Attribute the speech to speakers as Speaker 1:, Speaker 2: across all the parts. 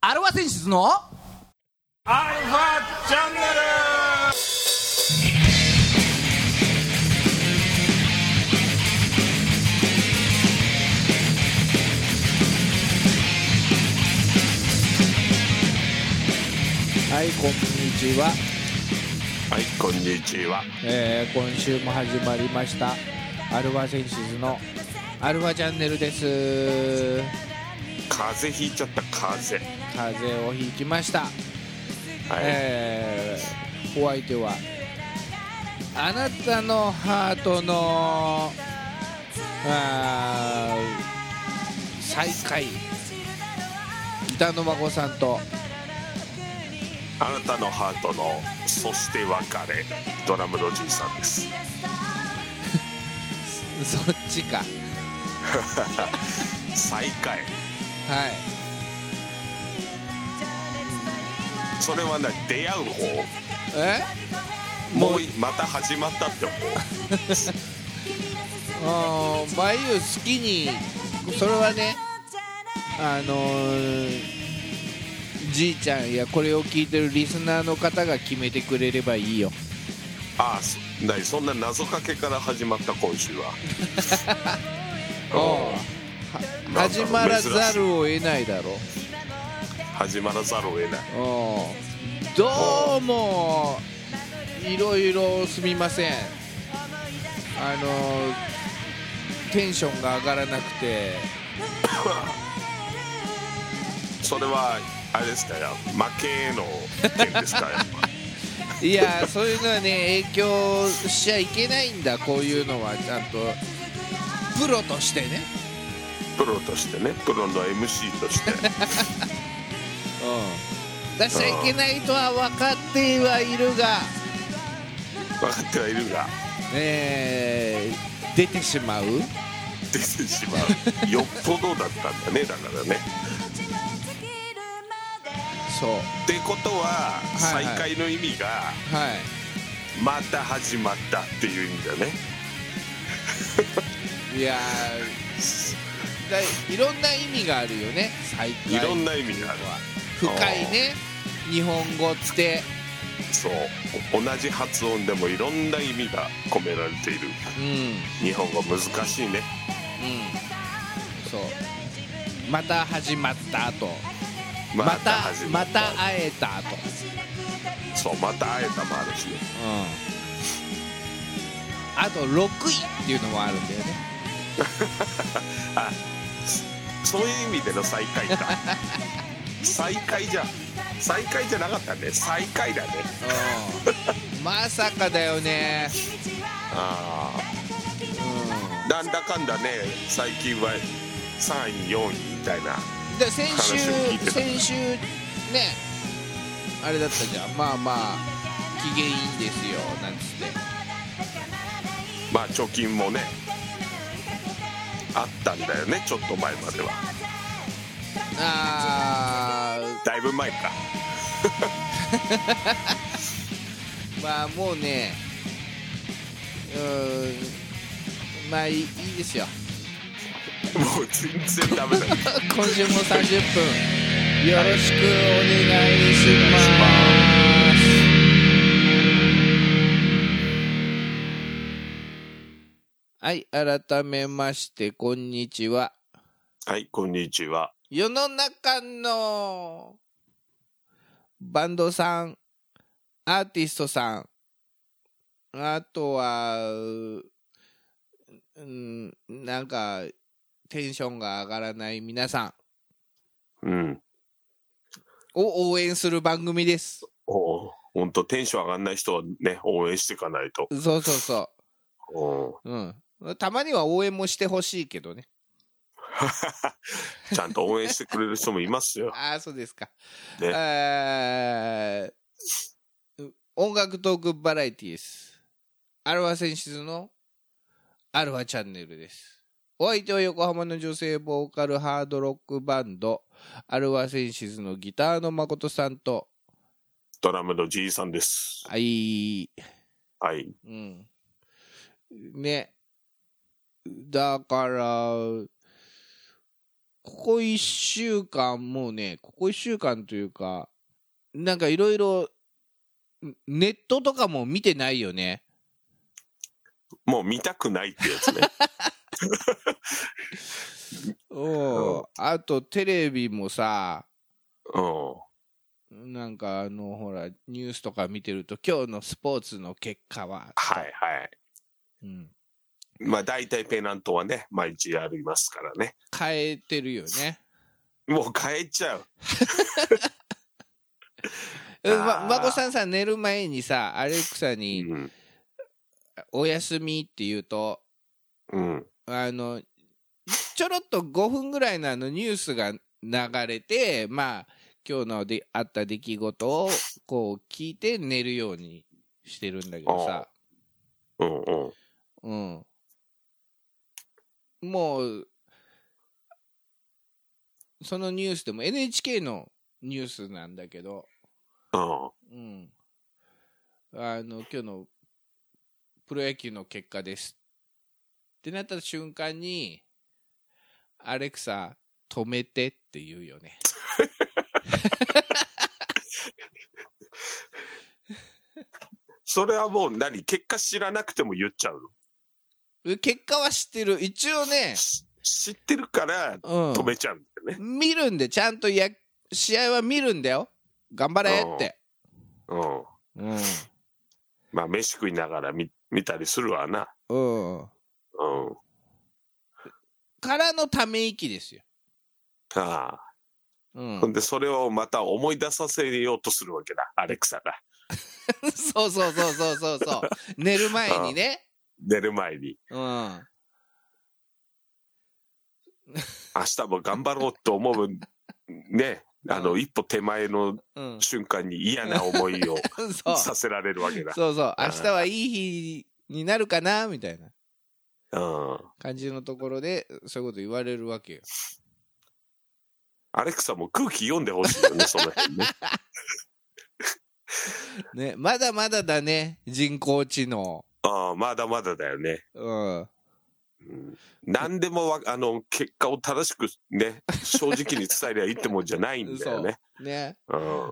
Speaker 1: アルファ選出の
Speaker 2: アルファチャンネル
Speaker 3: はい、こんにちは。
Speaker 2: はいこんにちは
Speaker 3: えー今週も始まりました。アルファセンシズのアルファチャンネルです。
Speaker 2: 風邪ひいちゃった風邪
Speaker 3: 風邪をひきました。
Speaker 2: はい、
Speaker 3: えーお相手はあなたのハートのあー最下位板野真子さんと
Speaker 2: あなたのハートの「そして別れ」ドラムのじいさんです
Speaker 3: そっちかはい
Speaker 2: 最下位それはね出会う方
Speaker 3: え
Speaker 2: もうまた始まったって方
Speaker 3: あーバイユ好きにそれはねあのーじいちゃんやこれを聞いてるリスナーの方が決めてくれればいいよ
Speaker 2: ああそなにそんな謎かけから始まった今週は
Speaker 3: は
Speaker 2: なんだろう
Speaker 3: 始まらざるを得ないだろ
Speaker 2: 始まらざるを得ない
Speaker 3: うんどうもいろいろすみませんあのテンションが上がらなくて
Speaker 2: それはあれですかや負けへの件ですかやっぱ
Speaker 3: いやそういうのはね影響しちゃいけないんだこういうのはちゃんとプロとしてね、
Speaker 2: プロとしてねプロの MC として
Speaker 3: うん、出しちゃいけないとは分かってはいるが、
Speaker 2: 分かってはいるが
Speaker 3: えー出てしまう
Speaker 2: 出てしまうよっぽどだったんだねだからね
Speaker 3: そう
Speaker 2: ってことは、
Speaker 3: はいはい
Speaker 2: 再会の意味が
Speaker 3: はい
Speaker 2: また始まったっていう意味だね
Speaker 3: いやーだいいろんな意味があるよね最
Speaker 2: い
Speaker 3: 近
Speaker 2: ろんな意味がある
Speaker 3: 深いね日本語って
Speaker 2: そう同じ発音でもいろんな意味が込められている
Speaker 3: うんうん
Speaker 2: 日本語難しいね
Speaker 3: そうまた始まったと
Speaker 2: ま
Speaker 3: ま
Speaker 2: た
Speaker 3: た
Speaker 2: 始ま
Speaker 3: ま
Speaker 2: った
Speaker 3: た会えたと、
Speaker 2: そうまた会えたもあるしね
Speaker 3: あと6位っていうのもあるんだよね
Speaker 2: あそそういう意味での再会 か再会じゃ再会じゃなかったね再会だね
Speaker 3: うんまさかだよね
Speaker 2: あ
Speaker 3: う
Speaker 2: ーなんだかんだね最近は3位4位みたいなん
Speaker 3: で先週
Speaker 2: 話を聞いてた
Speaker 3: 先週ねあれだったじゃんまあまあ機嫌いいんですよなんつって
Speaker 2: まあ貯金もねあったんだよねちょっと前までは
Speaker 3: あー
Speaker 2: だいぶ前か
Speaker 3: まあもうねうーんまあいいいいですよ
Speaker 2: もう全然ダメだ
Speaker 3: 今週も30分よろしくお願いしますはい改めましてこんにちは
Speaker 2: はいこんにちは
Speaker 3: 世の中のバンドさんアーティストさんあとはうんなんかテンションが上がらない皆さん
Speaker 2: うん
Speaker 3: を応援する番組です
Speaker 2: おうほんとテンション上がんない人はね応援していかないと
Speaker 3: そうそうそ
Speaker 2: おう
Speaker 3: う、うん、たまには応援もしてほしいけどね
Speaker 2: ちゃんと応援してくれる人もいますよ
Speaker 3: ああそうですか、
Speaker 2: ね
Speaker 3: えー音楽トークバラエティですアルファ選出のアルファチャンネルですお相手は横浜の女性ボーカルハードロックバンドアルファセンシズのギターの誠さんと
Speaker 2: ドラムのじいさんです
Speaker 3: はい
Speaker 2: はい
Speaker 3: うん。ね。だから、ここ1週間、もうね、ここ1週間というか、なんかいろいろ、ネットとかも見てないよね。
Speaker 2: もう見たくないってや つね
Speaker 3: うんあとテレビもさ、
Speaker 2: うん
Speaker 3: なんかあの、ほら、ニュースとか見てると、今日のスポーツの結果は、
Speaker 2: はいはい
Speaker 3: うん、
Speaker 2: まあ大体ペナントはね毎日やりますからね
Speaker 3: 変えてるよね。
Speaker 2: もう変えちゃう
Speaker 3: うん
Speaker 2: あー
Speaker 3: ま、まこさんさ、寝る前にさ、アレクサに、
Speaker 2: うん
Speaker 3: おやすみって言うと、
Speaker 2: うん
Speaker 3: あの、ちょろっと5分ぐらいのあのニュースが流れて、まあ、今日のであった出来事をこう聞いて寝るようにしてるんだけどさ、
Speaker 2: うんうん
Speaker 3: うん。もう、そのニュースでも NHK のニュースなんだけど、
Speaker 2: うん
Speaker 3: うん、あの今日のプロ野球の結果ですってなった瞬間にアレクサ止めてって言うよね
Speaker 2: それはもう何結果知らなくても言っちゃうの
Speaker 3: 結果は知ってる一応ね、
Speaker 2: し知ってるから
Speaker 3: うん、
Speaker 2: 止めちゃうんだよね
Speaker 3: 見るんでちゃんとや試合は見るんだよ頑張れって、
Speaker 2: うん
Speaker 3: うん
Speaker 2: まあ飯食いながら見見たりするわな
Speaker 3: うん、
Speaker 2: うん
Speaker 3: からのため息ですよ、
Speaker 2: ああ
Speaker 3: うん
Speaker 2: ほん、でそれをまた思い出させようとするわけだアレクサが
Speaker 3: そうそうそうそうそうそう寝る前にね
Speaker 2: 寝る前に
Speaker 3: うん
Speaker 2: 明日も頑張ろうと思うねあ
Speaker 3: う
Speaker 2: の
Speaker 3: ん
Speaker 2: 一歩手前の
Speaker 3: うん
Speaker 2: 瞬間に嫌な思いを
Speaker 3: そう
Speaker 2: させられるわけだ
Speaker 3: そうそう、
Speaker 2: うん
Speaker 3: 明日はいい日になるかなみたいな
Speaker 2: うん
Speaker 3: 感じのところで、そういうこと言われるわけよ。
Speaker 2: アレクサも空気読んでほしいよねその辺ね
Speaker 3: ね、まだまだだね、人工知能。
Speaker 2: ああまだまだだよね
Speaker 3: うん、
Speaker 2: うん何でもわ あの結果を正しくね正直に伝えりゃいいってもんじゃないんだ よね。
Speaker 3: ね、
Speaker 2: うん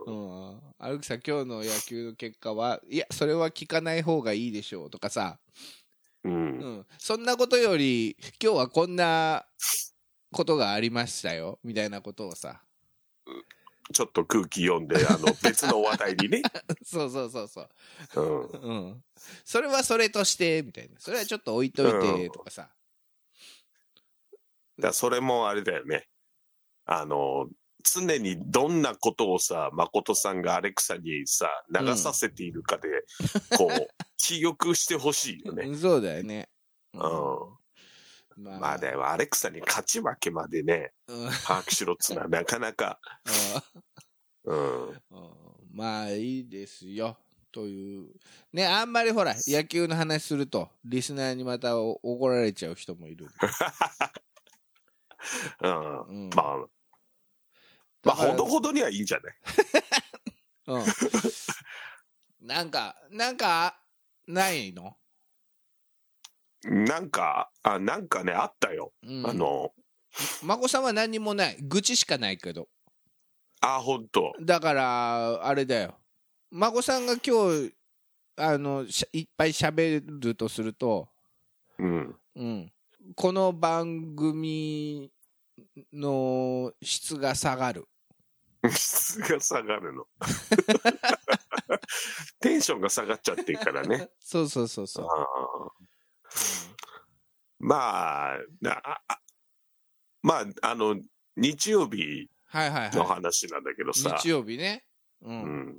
Speaker 3: うん、アルクさん、今日の野球の結果は、いや、それは聞かない方がいいでしょうとかさ、
Speaker 2: う
Speaker 3: うんん、そんなことより、今日はこんなことがありましたよみたいなことをさ、
Speaker 2: ちょっと空気読んであの別の話題にね、
Speaker 3: そうそうそうそう、
Speaker 2: うん、
Speaker 3: うん、それはそれとしてみたいな、それはちょっと置いといてとかさ、
Speaker 2: だからそれもあれだよねあの常にどんなことをさ誠さんがアレクサにさ流させているかで、こう記憶してほしいよね。
Speaker 3: うんそうだよね。
Speaker 2: う
Speaker 3: うん
Speaker 2: ん、まあでもアレクサに勝ち負けまでね
Speaker 3: うん
Speaker 2: 把握しろっつうのはなかなか、うん、
Speaker 3: うんまあいいですよ。という。ね、あんまりほら、野球の話すると、リスナーにまたお怒られちゃう人もいる。
Speaker 2: うん
Speaker 3: うん、
Speaker 2: まあ、まあ、
Speaker 3: だから
Speaker 2: ほどほどにはいいんじゃない
Speaker 3: うん、なんか、なんか、ないの、
Speaker 2: なんか、あ、なんかね、あったよ。
Speaker 3: うん、
Speaker 2: あ、の、
Speaker 3: 眞子さんは何もない。愚痴しかないけど。
Speaker 2: あ、ほんと。
Speaker 3: だから、あれだよ。眞子さんが今日、あの、しゃいっぱい喋るとすると、
Speaker 2: うん。
Speaker 3: うん、この番組の質が下がる。
Speaker 2: 質が下が るの。テンションが下がっちゃってるか らね。
Speaker 3: そうそうそうそう。
Speaker 2: あーまあ、なああまあ、あの、日曜日
Speaker 3: はいはい
Speaker 2: の
Speaker 3: は
Speaker 2: 話なんだけど
Speaker 3: い。
Speaker 2: さ。
Speaker 3: 日曜日ね。う。
Speaker 2: うんん。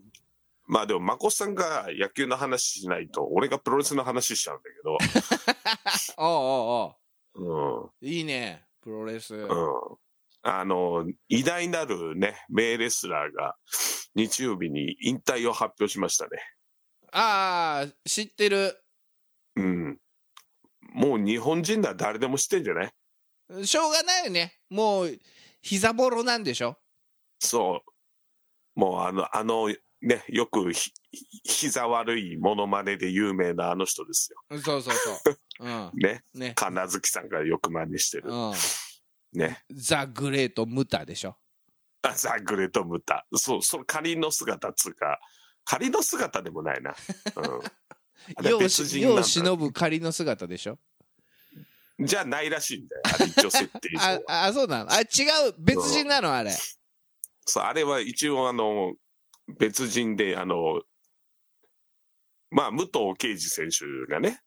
Speaker 2: まあでも、まこさんが野球の話しないと、俺がプロレスの話しちゃうんだけ
Speaker 3: おうおう
Speaker 2: ど。うん。
Speaker 3: おういいね。プロレス。
Speaker 2: うんあの偉大なるね名レスラーが日曜日に引退を発表しましたね。
Speaker 3: ああ、知ってる。
Speaker 2: うん。もう日本人なら誰でも知ってんじゃない？
Speaker 3: しょうがないよね。もう、膝ボロなんでしょ
Speaker 2: そう。もうあのあのねよくひひ膝悪いモノマネで有名なあの人ですよ。
Speaker 3: そうそうそう。うん。
Speaker 2: ね
Speaker 3: ね。
Speaker 2: 金月さんがよく真似してる。
Speaker 3: うん。
Speaker 2: ね。
Speaker 3: ザ・グレート・ムタでしょ。
Speaker 2: あザ・グレート・ムタ。そう、その仮の姿っつうか、仮の姿でもないな。うん。あれは
Speaker 3: 世を
Speaker 2: 別
Speaker 3: し
Speaker 2: 人なん
Speaker 3: 世を
Speaker 2: だ
Speaker 3: 忍ぶ仮の姿でしょ。
Speaker 2: じゃないらしいんだよ。あれ一応設定上
Speaker 3: あ
Speaker 2: は、
Speaker 3: あ、そうなのあ、違う、別人なの、あれ。
Speaker 2: そう、あれは一応あの、別人で、あの、まあ、武藤敬司選手がね、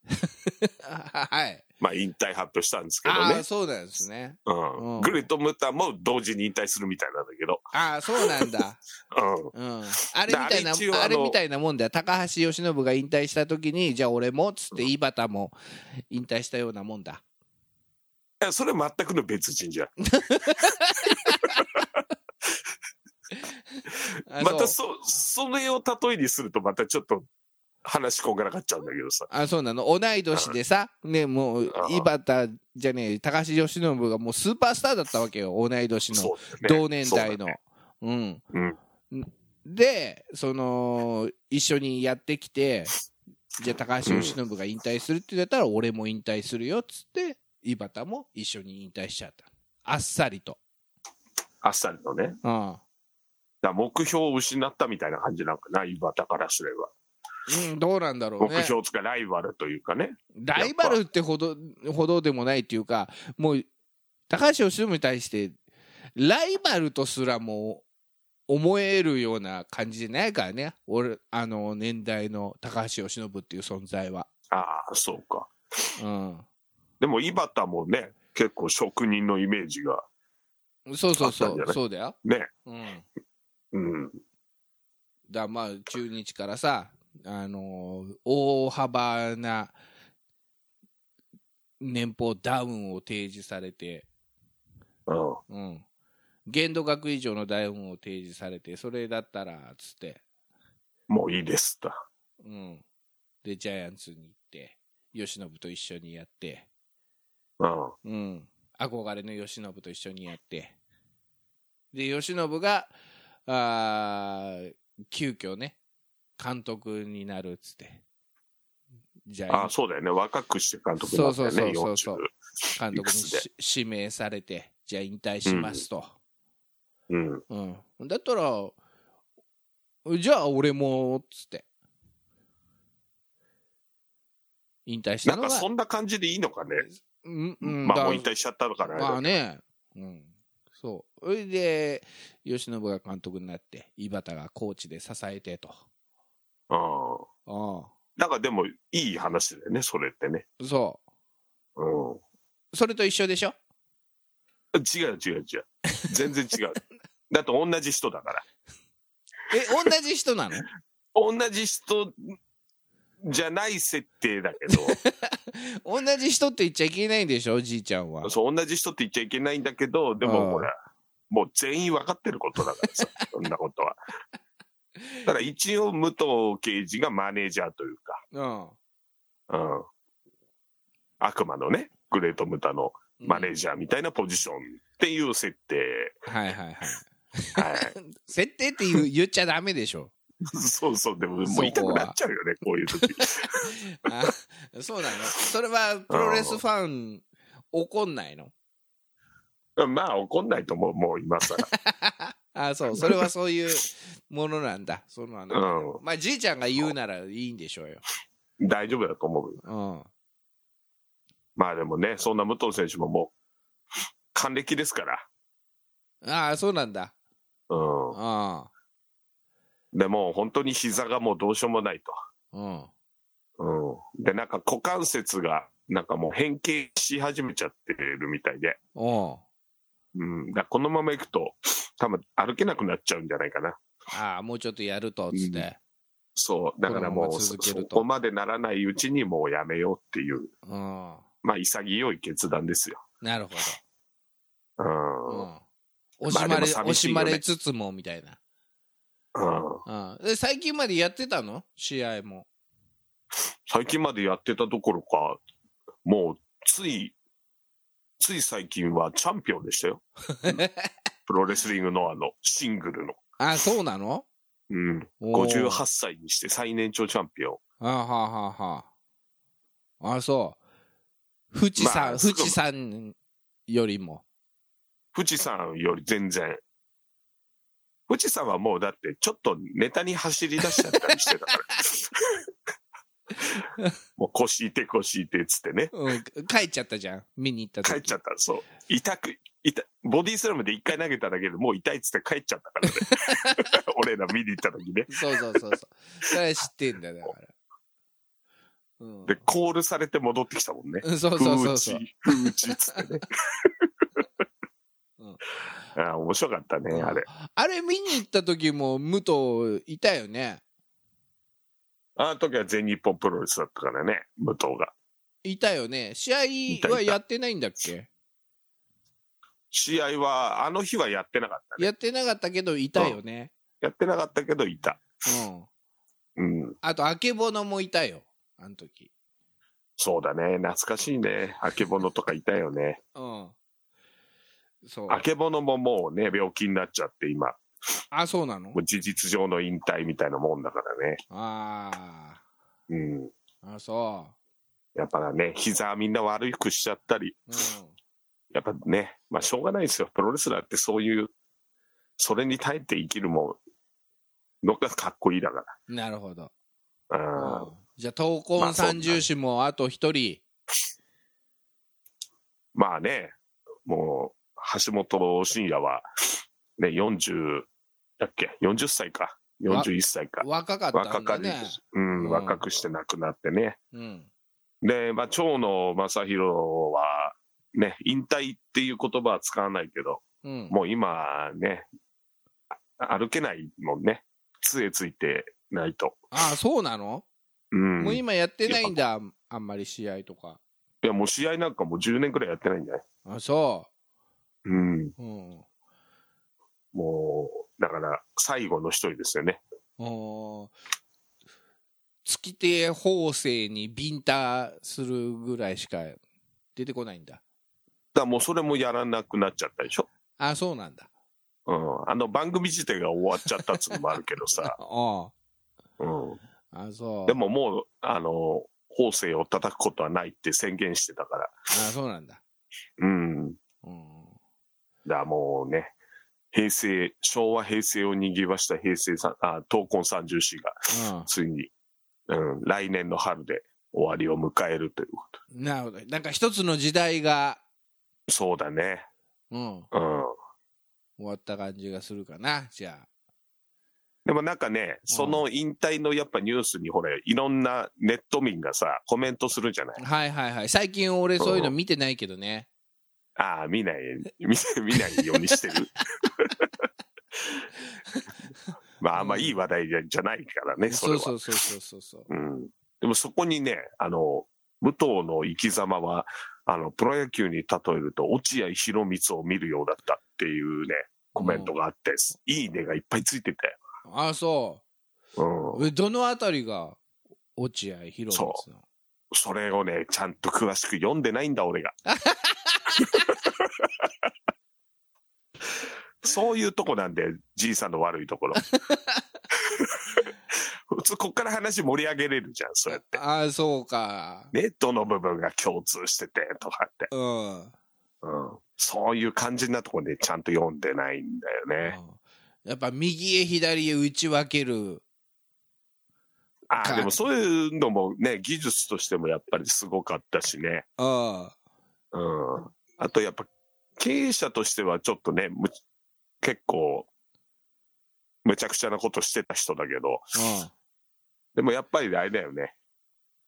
Speaker 3: はい。
Speaker 2: まあ、引退発表したんですけど
Speaker 3: あ
Speaker 2: ね
Speaker 3: あ、、そうなんですね。
Speaker 2: う
Speaker 3: うん
Speaker 2: ん、グレート・ムタも同時に引退するみたいなんだけど、
Speaker 3: ああ、そうなん だ。
Speaker 2: うん、
Speaker 3: うん。あれみたいな、
Speaker 2: あれ一応あの
Speaker 3: あれみたいなもんだよ。高橋由伸が引退したときに、じゃあ俺も、つって、井端も引退したようなもんだ。
Speaker 2: いやそれ全くの別人じゃん。
Speaker 3: あ
Speaker 2: また
Speaker 3: そう
Speaker 2: そ、それを例えにすると、またちょっと話こんがらかっちゃうんだけどさ。
Speaker 3: あそうなの同い年でさ、ね、もう
Speaker 2: あ
Speaker 3: 井端じゃねえ高橋由伸がもうスーパースターだったわけよ同い年の
Speaker 2: そうだ
Speaker 3: 同
Speaker 2: よね
Speaker 3: 年代
Speaker 2: そうだ
Speaker 3: の
Speaker 2: ね
Speaker 3: う,、
Speaker 2: うん
Speaker 3: んでその一緒にやってきてじゃあ高橋由伸が引退するって言ったら、俺も引退するよっつって井端も一緒に引退しちゃったあっさりと、
Speaker 2: あっさりのね。だか
Speaker 3: うん
Speaker 2: ら目標を失ったみたいな感じなんかな、井端からすれば。
Speaker 3: うん、どうなんだろうね
Speaker 2: 目標つかライバルというかね。
Speaker 3: ライバルってほどほどでもないっていうかもう高橋由伸に対してライバルとすらも思えるような感じじゃないからね俺あの年代の高橋由伸っていう存在は、
Speaker 2: ああ、そうか。
Speaker 3: う
Speaker 2: でも井端もね、結構職人のイメージが
Speaker 3: ん、そうそうそ
Speaker 2: あったんじゃ
Speaker 3: う
Speaker 2: ない
Speaker 3: そうだよ、
Speaker 2: ね。
Speaker 3: うん、
Speaker 2: うん。
Speaker 3: だからまあ中日からさあの大幅な年俸ダウンを提示されて
Speaker 2: うん。
Speaker 3: うん、限度額以上の台本を提示されてそれだったらつって、
Speaker 2: もういいですと。
Speaker 3: うん、でジャイアンツに行って由伸と一緒にやって、
Speaker 2: うん。
Speaker 3: うん、憧れの由伸と一緒にやってで由伸があー急遽ね監督になるっつってジャイア
Speaker 2: あ
Speaker 3: ン
Speaker 2: あ、
Speaker 3: ツ
Speaker 2: そうだよね。若くして監督になったよね、
Speaker 3: そうそうそうそう
Speaker 2: 40。
Speaker 3: 監督に
Speaker 2: いくつで
Speaker 3: し指名されてじゃあ引退しますと。
Speaker 2: うん。
Speaker 3: うん、だったらじゃあ俺もっつって引退した
Speaker 2: なん
Speaker 3: のが
Speaker 2: かそんな感じでいいのかね。
Speaker 3: うんうん
Speaker 2: ま
Speaker 3: だ
Speaker 2: あもう引退しちゃったのから
Speaker 3: ま
Speaker 2: あ
Speaker 3: あ
Speaker 2: れだけど
Speaker 3: ね、うん、そうそれで由伸が監督になって井端がコーチで支えてと
Speaker 2: うん。
Speaker 3: あ
Speaker 2: なんかでもいい話だよね、それってね。
Speaker 3: あそ
Speaker 2: うん。
Speaker 3: うそれと一緒でしょ
Speaker 2: 違う違う違う。全 然違う。だって同じ人だから。
Speaker 3: え同じ人 なの
Speaker 2: 同じ人じゃない設定だけ
Speaker 3: 同じ人って言っちゃいけないんでしょじいちゃんは
Speaker 2: ど、そう、同じ人って言っちゃいけないんだけど、で
Speaker 3: うん
Speaker 2: もほら、もう全員分かってることだからさ、そんなことは。ただ一応、武藤刑事がマネージャーという
Speaker 3: うん
Speaker 2: か、うん。悪魔のね、グレート・ムタのマネー
Speaker 3: ジ
Speaker 2: ジャーみたいなポジションっていう設定。
Speaker 3: はいはいはい
Speaker 2: はい。
Speaker 3: 設定って言う言っちゃダメでしょ
Speaker 2: そうそう、でももう痛くなっちゃうよね、こういう時。
Speaker 3: あ そうなのそれはプロレスファン怒んないの
Speaker 2: まあ怒んないと思う、もう今更。
Speaker 3: あそうそれはそう いうものなんだそのあの
Speaker 2: う
Speaker 3: まあじいちゃんが言うならいいんでしょうよ、
Speaker 2: ん、大丈夫だと思う。
Speaker 3: うん、
Speaker 2: まあでもね、そんな武藤選手ももう、還暦ですから。
Speaker 3: ああそうなんだ
Speaker 2: う
Speaker 3: あ
Speaker 2: ん、でもう本当に膝がもうどうしようもない
Speaker 3: あうん
Speaker 2: と。うん、で、なんか股関節が、なんかもう変形し始めちゃってるみたいで、
Speaker 3: おう
Speaker 2: うん、だからこのままいくと、多分歩けなくなっちゃうんじゃないかな。
Speaker 3: ああもうちょっとやるとつって、
Speaker 2: そう、だから
Speaker 3: このま
Speaker 2: も
Speaker 3: ま
Speaker 2: うそ
Speaker 3: 続ける
Speaker 2: そ
Speaker 3: と
Speaker 2: こまでならないうちにもうやめようっていう、
Speaker 3: うん、
Speaker 2: まあ潔い決断ですよ。
Speaker 3: なるほ
Speaker 2: う、
Speaker 3: ど、うんん、惜しまれ、
Speaker 2: まあで
Speaker 3: 惜
Speaker 2: も寂し
Speaker 3: し
Speaker 2: いよ
Speaker 3: ま
Speaker 2: ね
Speaker 3: れつつもみたいな、
Speaker 2: うん、
Speaker 3: うん、で最近までやってたの試合も
Speaker 2: 最近までやってたどころか、もうつい、つい最近はチャンピオンでしたよ。プロレスリングのあの、シングルの。
Speaker 3: あそうなの
Speaker 2: うん。
Speaker 3: おう
Speaker 2: 58歳にして最年長チャンピオ
Speaker 3: あはあはあはあ。あそう。富士山、
Speaker 2: まあ
Speaker 3: 富士山よりも。
Speaker 2: 富士山より全然。富士山はもうだってちょっとネタに走り出しちゃったりして たから。もう腰いて腰いてっつってね。
Speaker 3: うん、帰っちゃったじゃん見に行った時
Speaker 2: 帰っちゃった。そう。痛く、痛、ボディスラムで一回投げただけでもう痛いっつって帰っちゃったからね。 俺ら見に行った時ね。
Speaker 3: そうそうそうそうそれは知ってんだよだから、うん、
Speaker 2: で、コールされて戻ってきたもんね。
Speaker 3: うんそう
Speaker 2: ふ
Speaker 3: そうそううそう
Speaker 2: ち、ふうちっつってね
Speaker 3: うん。
Speaker 2: ああ面白かったね、あれ。
Speaker 3: あれ見に行った時も武藤いたよね
Speaker 2: あの時は全日本プロレスだったからね、武藤が。
Speaker 3: いたよね試合はやってないんだっけ
Speaker 2: 試合は、あの日はやってなかったね。
Speaker 3: やってなかったけどいたよね
Speaker 2: やってなかったけど、いた。
Speaker 3: うん
Speaker 2: うん。
Speaker 3: あとあけぼのもいたよあの時
Speaker 2: そうだね。懐かしいね。あけぼのとかいたよね。
Speaker 3: うんそう
Speaker 2: あけぼのももうね、病気になっちゃって、今。
Speaker 3: あそうなの
Speaker 2: もう事実上の引退みたいなもんだからね。
Speaker 3: あ
Speaker 2: うん。
Speaker 3: ーあそ
Speaker 2: やっぱね、膝みんな悪くしちゃったり、
Speaker 3: う、うん、
Speaker 2: やっぱね、まあしょうがないですよ。プロレスラーってそういう、それに耐えて生きるもんのがかっこいいだか
Speaker 3: なるほど。
Speaker 2: ら。うん。
Speaker 3: じゃあ、闘魂三重士もあと一人。
Speaker 2: まあね、もう、橋本真也は、ね、40、だっけ、40歳か、41歳か、
Speaker 3: 若かった
Speaker 2: 若
Speaker 3: んだ
Speaker 2: かり、
Speaker 3: ね。
Speaker 2: う
Speaker 3: うん
Speaker 2: ん、若くして亡くなってね。
Speaker 3: うん。
Speaker 2: で、まあ、長野正宏は、ね、引退っていう言葉は使わないけど、
Speaker 3: うん。
Speaker 2: もう今ね、あ歩けないもんね、杖ついてないと。
Speaker 3: ああ、そうなの、
Speaker 2: うん
Speaker 3: もう。今やってないんだ、あんまり試合とか。
Speaker 2: いや、もう試合なんかもう10年くらいやってないんじゃない
Speaker 3: あそ
Speaker 2: うん。
Speaker 3: う。うん。
Speaker 2: もう、だから、最後の一人ですよね。
Speaker 3: おー月手法制にビンタするぐらいしか出てこないんだ。
Speaker 2: だからもうそれもやらなくなっちゃったでしょ、
Speaker 3: ああ、そうなんだ。、
Speaker 2: うん、あの番組自体が終わっちゃったっつうのもあるけど さ
Speaker 3: あ
Speaker 2: うん、
Speaker 3: ああ、そう。
Speaker 2: でももうあの法政を叩くことはないって宣言してたから
Speaker 3: ああ、そうなんだ。
Speaker 2: うんだ
Speaker 3: うん。
Speaker 2: からもうね平成昭和平成を賑わした平成さんあ闘魂三重士がついに、うん、来年の春で終わりを迎えるというこ
Speaker 3: うん。なるほど。なんか一つの時代が、
Speaker 2: とそうだね
Speaker 3: うん。
Speaker 2: うん
Speaker 3: 終わった感じがするかなじゃ
Speaker 2: でもなんかね、その引退のやっぱニュースにほれ、いろんなネット民がさ、コメントするじゃない
Speaker 3: あはいはいはい最近俺そういうの見てないけどね
Speaker 2: ああ、見ない、見 見ないようにしてる。 まあ、あんまいい話題じゃないからね、それ
Speaker 3: そ
Speaker 2: は。
Speaker 3: うそうそうそうそうそう
Speaker 2: うん、でもそこにね、あの、武藤の生き様は、あの、プロ野球に例えると、落合博満を見るようだったっていうね、コメントがあって、いいねがいっぱいついてた
Speaker 3: あそ
Speaker 2: よ。うん。
Speaker 3: うえどのあたりが落合博満
Speaker 2: そ
Speaker 3: の
Speaker 2: それをね、ちゃんと詳しく読んでないんだ、 俺が。そういうとこなんで、じいさんの悪いと ころ。普通、こっから話盛り上げれるじゃん、そうやって。
Speaker 3: ああそうか
Speaker 2: ね、どの部分が共通しててとかって。
Speaker 3: うん、うん
Speaker 2: うん。そういう肝心なとこでちゃんと読んでないんだよね。
Speaker 3: やっぱ右へ左へ打ち分ける
Speaker 2: あ
Speaker 3: か
Speaker 2: あ、でもそういうのもね、技術としてもやっぱりすごかったしね。
Speaker 3: うん
Speaker 2: うんあとやっぱ経営者としてはちょっとね、む結構、むちゃくちゃなことしてた人だけど、でもやっぱりあれだよね。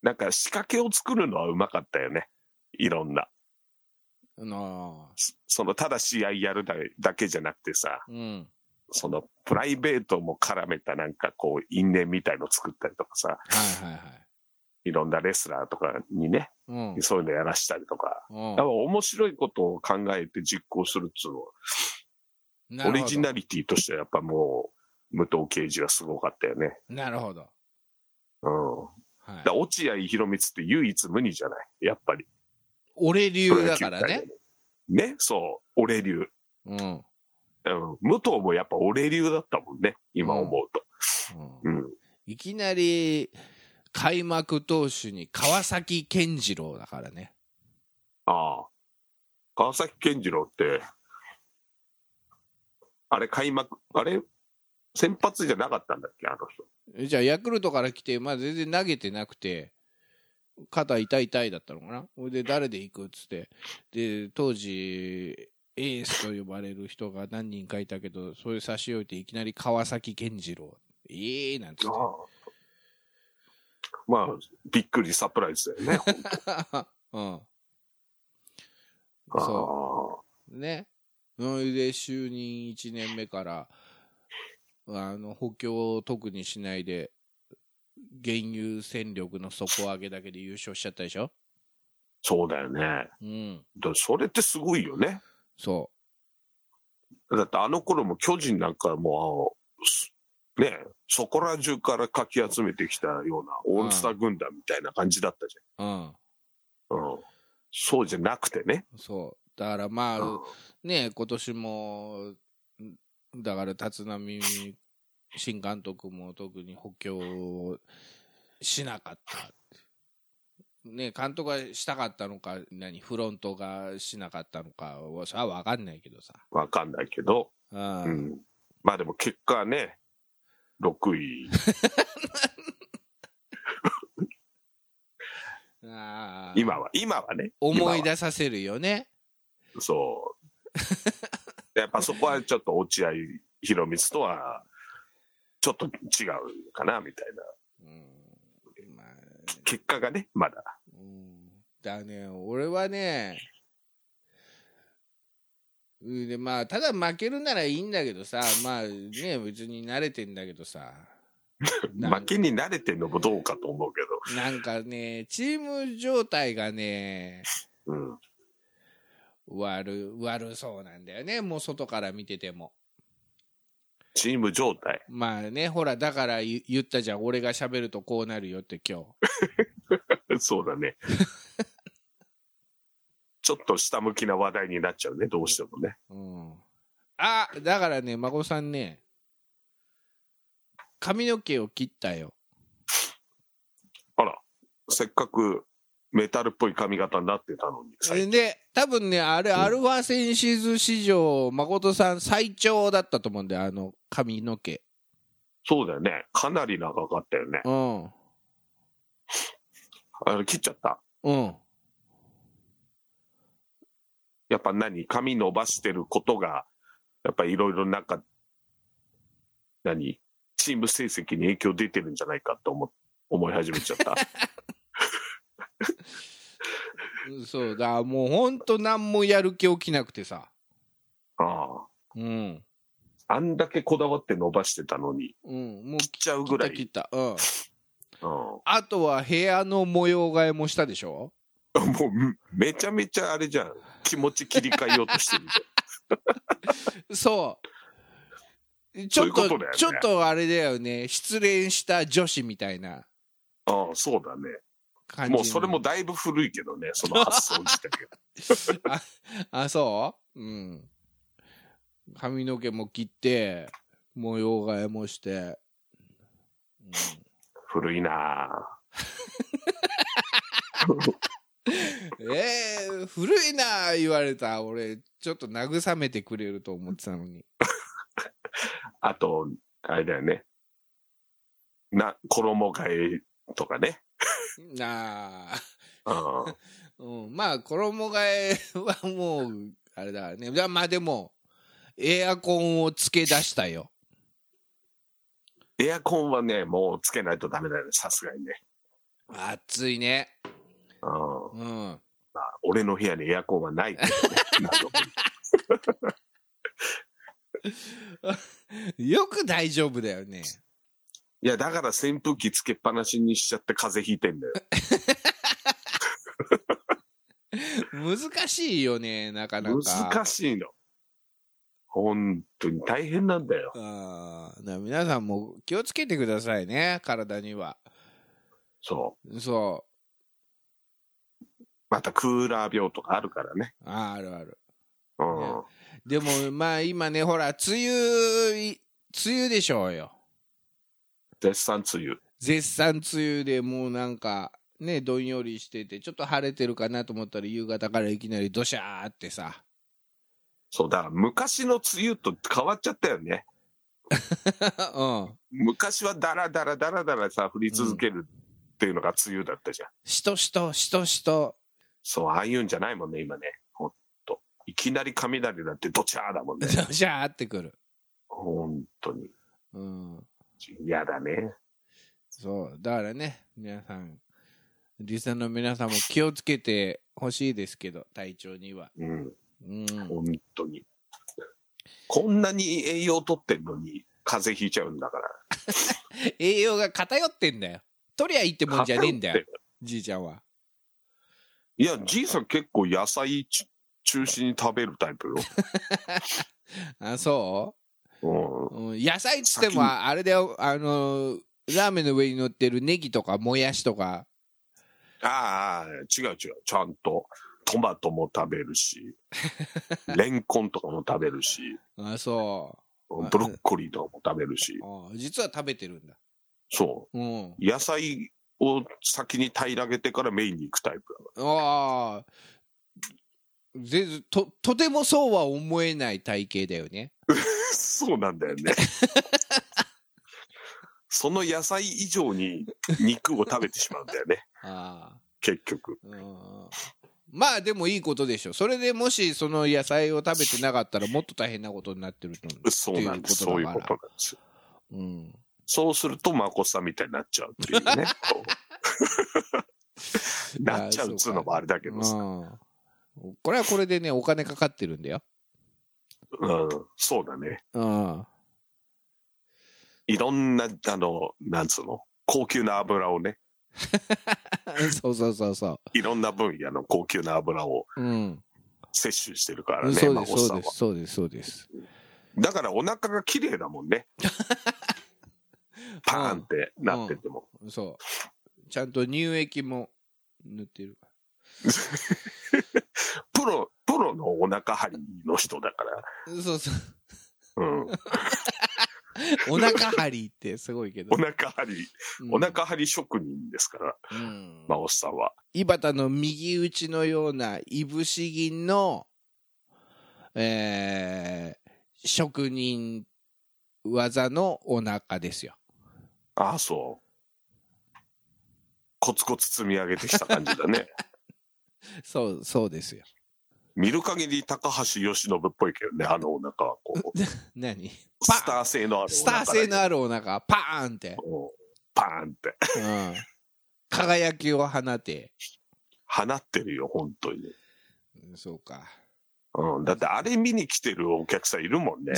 Speaker 2: なんか仕掛けを作るのはうまかったよね。いろんな。
Speaker 3: うんの
Speaker 2: そその、ただ試合やるだだけじゃなくてさ、
Speaker 3: うん
Speaker 2: その、プライベートも絡めたなんかこう、因縁みたいの作ったりとかさ、
Speaker 3: はいはいはい
Speaker 2: いろんなレスラーとかにね、
Speaker 3: うん
Speaker 2: そういうのやらしたりとか、
Speaker 3: うん
Speaker 2: やっぱ面白いことを考えて実行するっつうのは
Speaker 3: な
Speaker 2: オ
Speaker 3: る
Speaker 2: リ
Speaker 3: ほ
Speaker 2: ジ
Speaker 3: ど
Speaker 2: ナリティとしてはやっぱもう、武藤刑事はすごかったよね。
Speaker 3: なるほど
Speaker 2: うん。
Speaker 3: はい
Speaker 2: だから落合博満って唯一無二じゃないやっぱり。
Speaker 3: 俺流だから
Speaker 2: プロ野
Speaker 3: ね
Speaker 2: 球界でね。ね、そう。俺流。
Speaker 3: うん
Speaker 2: うん。武藤もやっぱ俺流だったもんね。今思うと。
Speaker 3: うん
Speaker 2: うん。
Speaker 3: いきなり開幕投手に川崎健次郎だからね。
Speaker 2: ああ。川崎健次郎って、あれ開幕、あれ先発じゃなかったんだっけ、あの人。
Speaker 3: じゃあ、ヤクルトから来て、まあ、全然投げてなくて、肩痛い痛いだったのかな。ほいで、誰で行くっつって。で、当時、エースと呼ばれる人が何人かいたけど、それ差し置いて、いきなり川崎健次郎。ええなんつって。
Speaker 2: まあ、びっくりサプライズ だよね。
Speaker 3: うん。
Speaker 2: そ
Speaker 3: ね。それで就任1年目から、あの、補強を特にしないで、現有戦力の底上げだけで優勝しちゃったでしょ
Speaker 2: そうだよね。
Speaker 3: うん。
Speaker 2: だそれってすごいよね。
Speaker 3: そ
Speaker 2: だってあの頃も巨人なんかもうす、ね、そこら中からかき集めてきたようなオールスター軍団みたいな感じだったじ
Speaker 3: う。うん。
Speaker 2: ゃん。うん。そうじゃなくてね。
Speaker 3: そう。だからま
Speaker 2: うん
Speaker 3: あ、ね、今年も、だから立浪新監督も特に補強をしなかった。ね、監督がしたかったのか、何、フロントがしなかったのかは、さ分かんないけどさ。
Speaker 2: わかんないけど。
Speaker 3: うん
Speaker 2: うん。まあでも結果はね、6位。
Speaker 3: あー
Speaker 2: 今は、今はね。
Speaker 3: 思い
Speaker 2: 今は
Speaker 3: 出させるよね。
Speaker 2: そう。やっぱそこはちょっと落合博満とは、ちょっと違うかな、みたいな。
Speaker 3: うんまあ
Speaker 2: 結果がね、まだ。
Speaker 3: うんだね、俺はね、うんでまあ、ただ負けるならいいんだけどさ、まあね、別に慣れてんだけど さ、なん
Speaker 2: 負けに慣れてんのもどうかと思うけ
Speaker 3: なんかね、チーム状態がね、
Speaker 2: ど。うん。
Speaker 3: 悪悪そうなんだよね、もう外から見てても。
Speaker 2: チーム状態。
Speaker 3: まあね、ほら、だから言言ったじゃん、俺が喋るとこうなるよって今日。
Speaker 2: そうだね。 ちょっと下向きな話題になっちゃうね、どうしてもね。
Speaker 3: うんあだからね、孫さんね、髪の毛を切ったよ。
Speaker 2: あら、せっかくメタルっぽい髪型になってたのに。最
Speaker 3: で、多分ね、あれ、
Speaker 2: ん
Speaker 3: アルファセンシズ史上、誠さん最長だったと思うんだよ、あの髪の毛。
Speaker 2: そうだよね。かなり長かったよね。
Speaker 3: うん。
Speaker 2: あれ、切っちゃった。
Speaker 3: うん。
Speaker 2: やっぱ何髪伸ばしてることが、やっぱいろいろなんか、何チーム成績に影響出てるんじゃないかと思思い始めちゃった。
Speaker 3: そうだ、もうほんと何もやる気起きなくてさ。
Speaker 2: あ
Speaker 3: うん。
Speaker 2: あ。あんだけこだわって伸ばしてたのに、
Speaker 3: うん、もう
Speaker 2: 切っちゃう
Speaker 3: 切
Speaker 2: ぐ
Speaker 3: っ
Speaker 2: ら
Speaker 3: た切っ
Speaker 2: い。
Speaker 3: た。うん。
Speaker 2: うん、も
Speaker 3: あとは部屋の模様替えもしたでしょ
Speaker 2: うめめちゃめちゃあれじゃん。気持ち切り替えようとしてるじ
Speaker 3: そう。ちょっ
Speaker 2: そうい
Speaker 3: と
Speaker 2: うことだよね
Speaker 3: ちょっとあれだよね、失恋した女子みたいな
Speaker 2: ゃん。ああ、そうだね。
Speaker 3: 感じの。
Speaker 2: もうそれもだいぶ古いけどね、その発想自体が。
Speaker 3: あ、そううん。髪の毛も切って、模様替えもして。うん
Speaker 2: 古いなあ
Speaker 3: えー、古いなあ言われた俺ちょっと慰めてくれると思ってたのに
Speaker 2: あと、あれだよね。な、衣替えとかね。
Speaker 3: なあ
Speaker 2: うん。
Speaker 3: うん、まあ衣替えはもうあれだからねだまあでもエアコンをつけ出したよ
Speaker 2: エアコンはね、もうつけないとダメだよね、さすがにね。
Speaker 3: 暑いね
Speaker 2: うん。
Speaker 3: うん
Speaker 2: まあ、俺の部屋にエアコンはないけど ね。なんとも
Speaker 3: よく大丈夫だよね
Speaker 2: いや、だから扇風機つけっぱなしにしちゃって風邪ひいてんだよ。
Speaker 3: 難しいよねなかなか
Speaker 2: 難しいの。本当に大変なんだよ。
Speaker 3: あーだから皆さんも気をつけてくださいね体には
Speaker 2: そう。
Speaker 3: そ
Speaker 2: またクーラー病とかあるからね。
Speaker 3: うあーあるある
Speaker 2: うん。
Speaker 3: でもまあ今ねほら梅雨い梅雨でしょうよ
Speaker 2: 絶賛梅雨。
Speaker 3: 絶賛梅雨でもうなんかねどんよりしててちょっと晴れてるかなと思ったら夕方からいきなりドシャーってさ
Speaker 2: そう、だから昔の梅雨と変わっちゃったよね。
Speaker 3: うん。
Speaker 2: 昔はダラダラダラダラさ、降り続けるっていうのが梅雨だったじゃん。
Speaker 3: しとしと、しとしと。
Speaker 2: そう、ああいうんじゃないもんね、今ね。ほんと。いきなり雷だってドチャーだもんね。
Speaker 3: シャーってくる。
Speaker 2: ほんとに。
Speaker 3: うん。
Speaker 2: 嫌だね。
Speaker 3: そう。だからね、皆さん、リスナーの皆さんも気をつけてほしいですけど、体調には。
Speaker 2: うん、
Speaker 3: うん。
Speaker 2: ほんとに。こんなに栄養取ってんのに、風邪ひいちゃうんだから。
Speaker 3: 栄養が偏ってんだよ。取りゃいいってもんじゃねえんだ
Speaker 2: 偏
Speaker 3: よ
Speaker 2: っ、
Speaker 3: じいちゃんは。
Speaker 2: いや、じいさん結構野菜ち中心に食べるタイプ
Speaker 3: あ、そ
Speaker 2: よ。
Speaker 3: う、うん、野菜っつっても、あれだよ、あのー、ラーメンの上に乗ってるネギとか、もやしとか、
Speaker 2: うん、ああ、違う違う。ちゃんとトマトも食べ るし、レンコンとかも食べるし、
Speaker 3: あ、そ
Speaker 2: ブロッコリーとかも食べるし
Speaker 3: う。、あ実は食べてるんだ。
Speaker 2: そう。
Speaker 3: うん。
Speaker 2: 野菜を先に平らげてからメインに行くタイプだか
Speaker 3: ああ。ぜと、とてもそうは思えない体型だよね。
Speaker 2: らそうなんだよ ねその野菜以上に肉を食べてしまうんだよね
Speaker 3: ああ。
Speaker 2: 結局
Speaker 3: うんまあでもいいことでしょそれでもしその野菜を食べてなかったらもっと大変なことになってると思
Speaker 2: そうなんです
Speaker 3: って
Speaker 2: そう
Speaker 3: い
Speaker 2: いうう
Speaker 3: こ
Speaker 2: ことと
Speaker 3: だ
Speaker 2: なんですよ
Speaker 3: う、うん、
Speaker 2: そうするとまこさんみたいになっちゃうっていう ねこうなっちゃうっつうのもあれだけどさ
Speaker 3: うんこれはこれでねお金かかってるんだよ、
Speaker 2: うん、そうだね
Speaker 3: うん、
Speaker 2: いろんなあのなんつうの高級な油をね
Speaker 3: そうそうそうそ
Speaker 2: いろんな分野の高級な油を
Speaker 3: う、うん、
Speaker 2: 摂取してるから
Speaker 3: そうです
Speaker 2: ねまこ
Speaker 3: そ
Speaker 2: さ
Speaker 3: うんで
Speaker 2: は
Speaker 3: すそうですそうです
Speaker 2: だからお腹が綺麗だも んね。パーンってなってても。
Speaker 3: そうちゃんと乳液も塗ってる
Speaker 2: プロ、プロのお腹張りの人だか
Speaker 3: そう そう
Speaker 2: ら。 うん。
Speaker 3: お腹張りってすごいけど
Speaker 2: お腹張り、
Speaker 3: うん
Speaker 2: お腹張り職人ですから、
Speaker 3: うん
Speaker 2: 真央さんは。
Speaker 3: 井端の右打ちのようないぶし銀の、えー職人技のお腹ですよ。
Speaker 2: ああ、そう。コツコツ積み上げてきた感じ だね。
Speaker 3: そう、そうですよ。
Speaker 2: 見る限り高橋由伸っぽいけどね、あのお腹はこう、
Speaker 3: 何パン
Speaker 2: スター性のある
Speaker 3: ス
Speaker 2: お
Speaker 3: タ
Speaker 2: 腹
Speaker 3: ー
Speaker 2: だ
Speaker 3: 性
Speaker 2: けど。
Speaker 3: のあるお腹、パーンって、
Speaker 2: うんパーンって。
Speaker 3: うん、輝きを放て、
Speaker 2: 放ってるよ、本当に。
Speaker 3: うんそうか。
Speaker 2: うん、だってあれ見に来てるお客さんいるもん ね。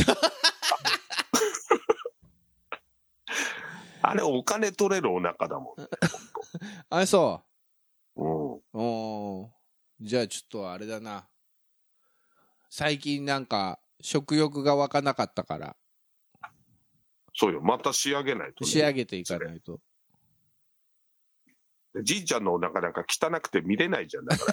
Speaker 2: あれお金取れるお腹だも
Speaker 3: あ、そ
Speaker 2: ん。うん、
Speaker 3: う。おーじゃあちょっとあれだな。最近なんか食欲が湧かなかったから、
Speaker 2: そうよ、また仕上げないと、ね。
Speaker 3: 仕上げていかないと。
Speaker 2: じいちゃんのお腹なんか汚くて見れないじゃん。だか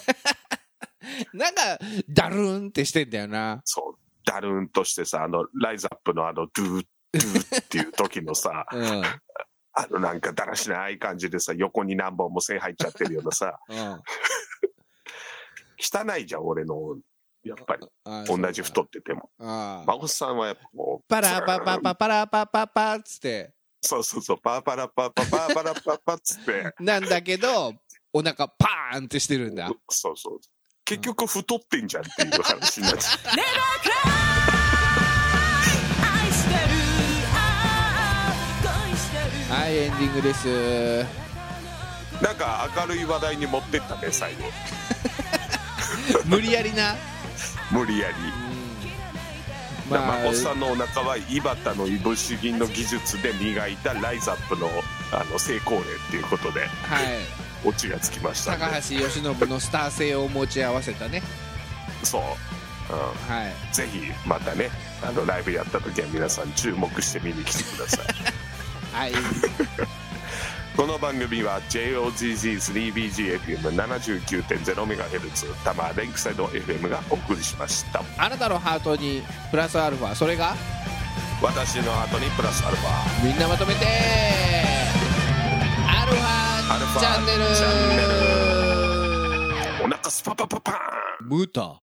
Speaker 2: ら、
Speaker 3: なんか、だるーんってしてんだよな。
Speaker 2: そう、だるんとしてさ、あの、ライズアップのあの、ドゥー、ドゥーっていう時のさ、
Speaker 3: うん。うん。
Speaker 2: あのなんかだらしない感じでさ、横に何本も線入っちゃってるようなさ、汚いじゃん、俺の、やっぱり、
Speaker 3: あ
Speaker 2: 同じ太
Speaker 3: っ
Speaker 2: ってても。
Speaker 3: ああ
Speaker 2: 孫さんはやっぱこう、
Speaker 3: パラパパパパラパパパっつって、
Speaker 2: そうそうそう、パーパラパーパーパーパラパーパーっつって、
Speaker 3: なんだけど、お腹パーンってしてるんだ。
Speaker 2: そうそう。結局太ってんじゃんっていう話になっちゃう。
Speaker 1: 愛してるああ恋してる
Speaker 3: はい、エンディングです。
Speaker 2: なんか明るい話題に持ってったね、最後。
Speaker 3: 無理やりな。
Speaker 2: 無理やり。まあ、おっさんのお腹は井端のいぶし銀の技術で磨いたライザップのあの成功例っていうことで、
Speaker 3: はい。
Speaker 2: オチがつきました
Speaker 3: 高
Speaker 2: ね。
Speaker 3: 橋由伸のスター性を持ち合わせたね。
Speaker 2: そう。う
Speaker 3: はい。
Speaker 2: ん、ぜひまたねあのライブやった時は皆さん注目して見に来てください
Speaker 3: はい。
Speaker 2: この番組は JOZZ3BGFM79.0MHz 多摩レンクサイド FM がお送りしました
Speaker 3: あなたのハートにプラスアルファ、それが
Speaker 2: 私の後にプラスアルファ
Speaker 3: みんなまとめてアルフ
Speaker 2: アル
Speaker 3: ァ
Speaker 2: ファ
Speaker 3: チャンネル
Speaker 2: チャンネお腹スパパパパーン
Speaker 3: ムータ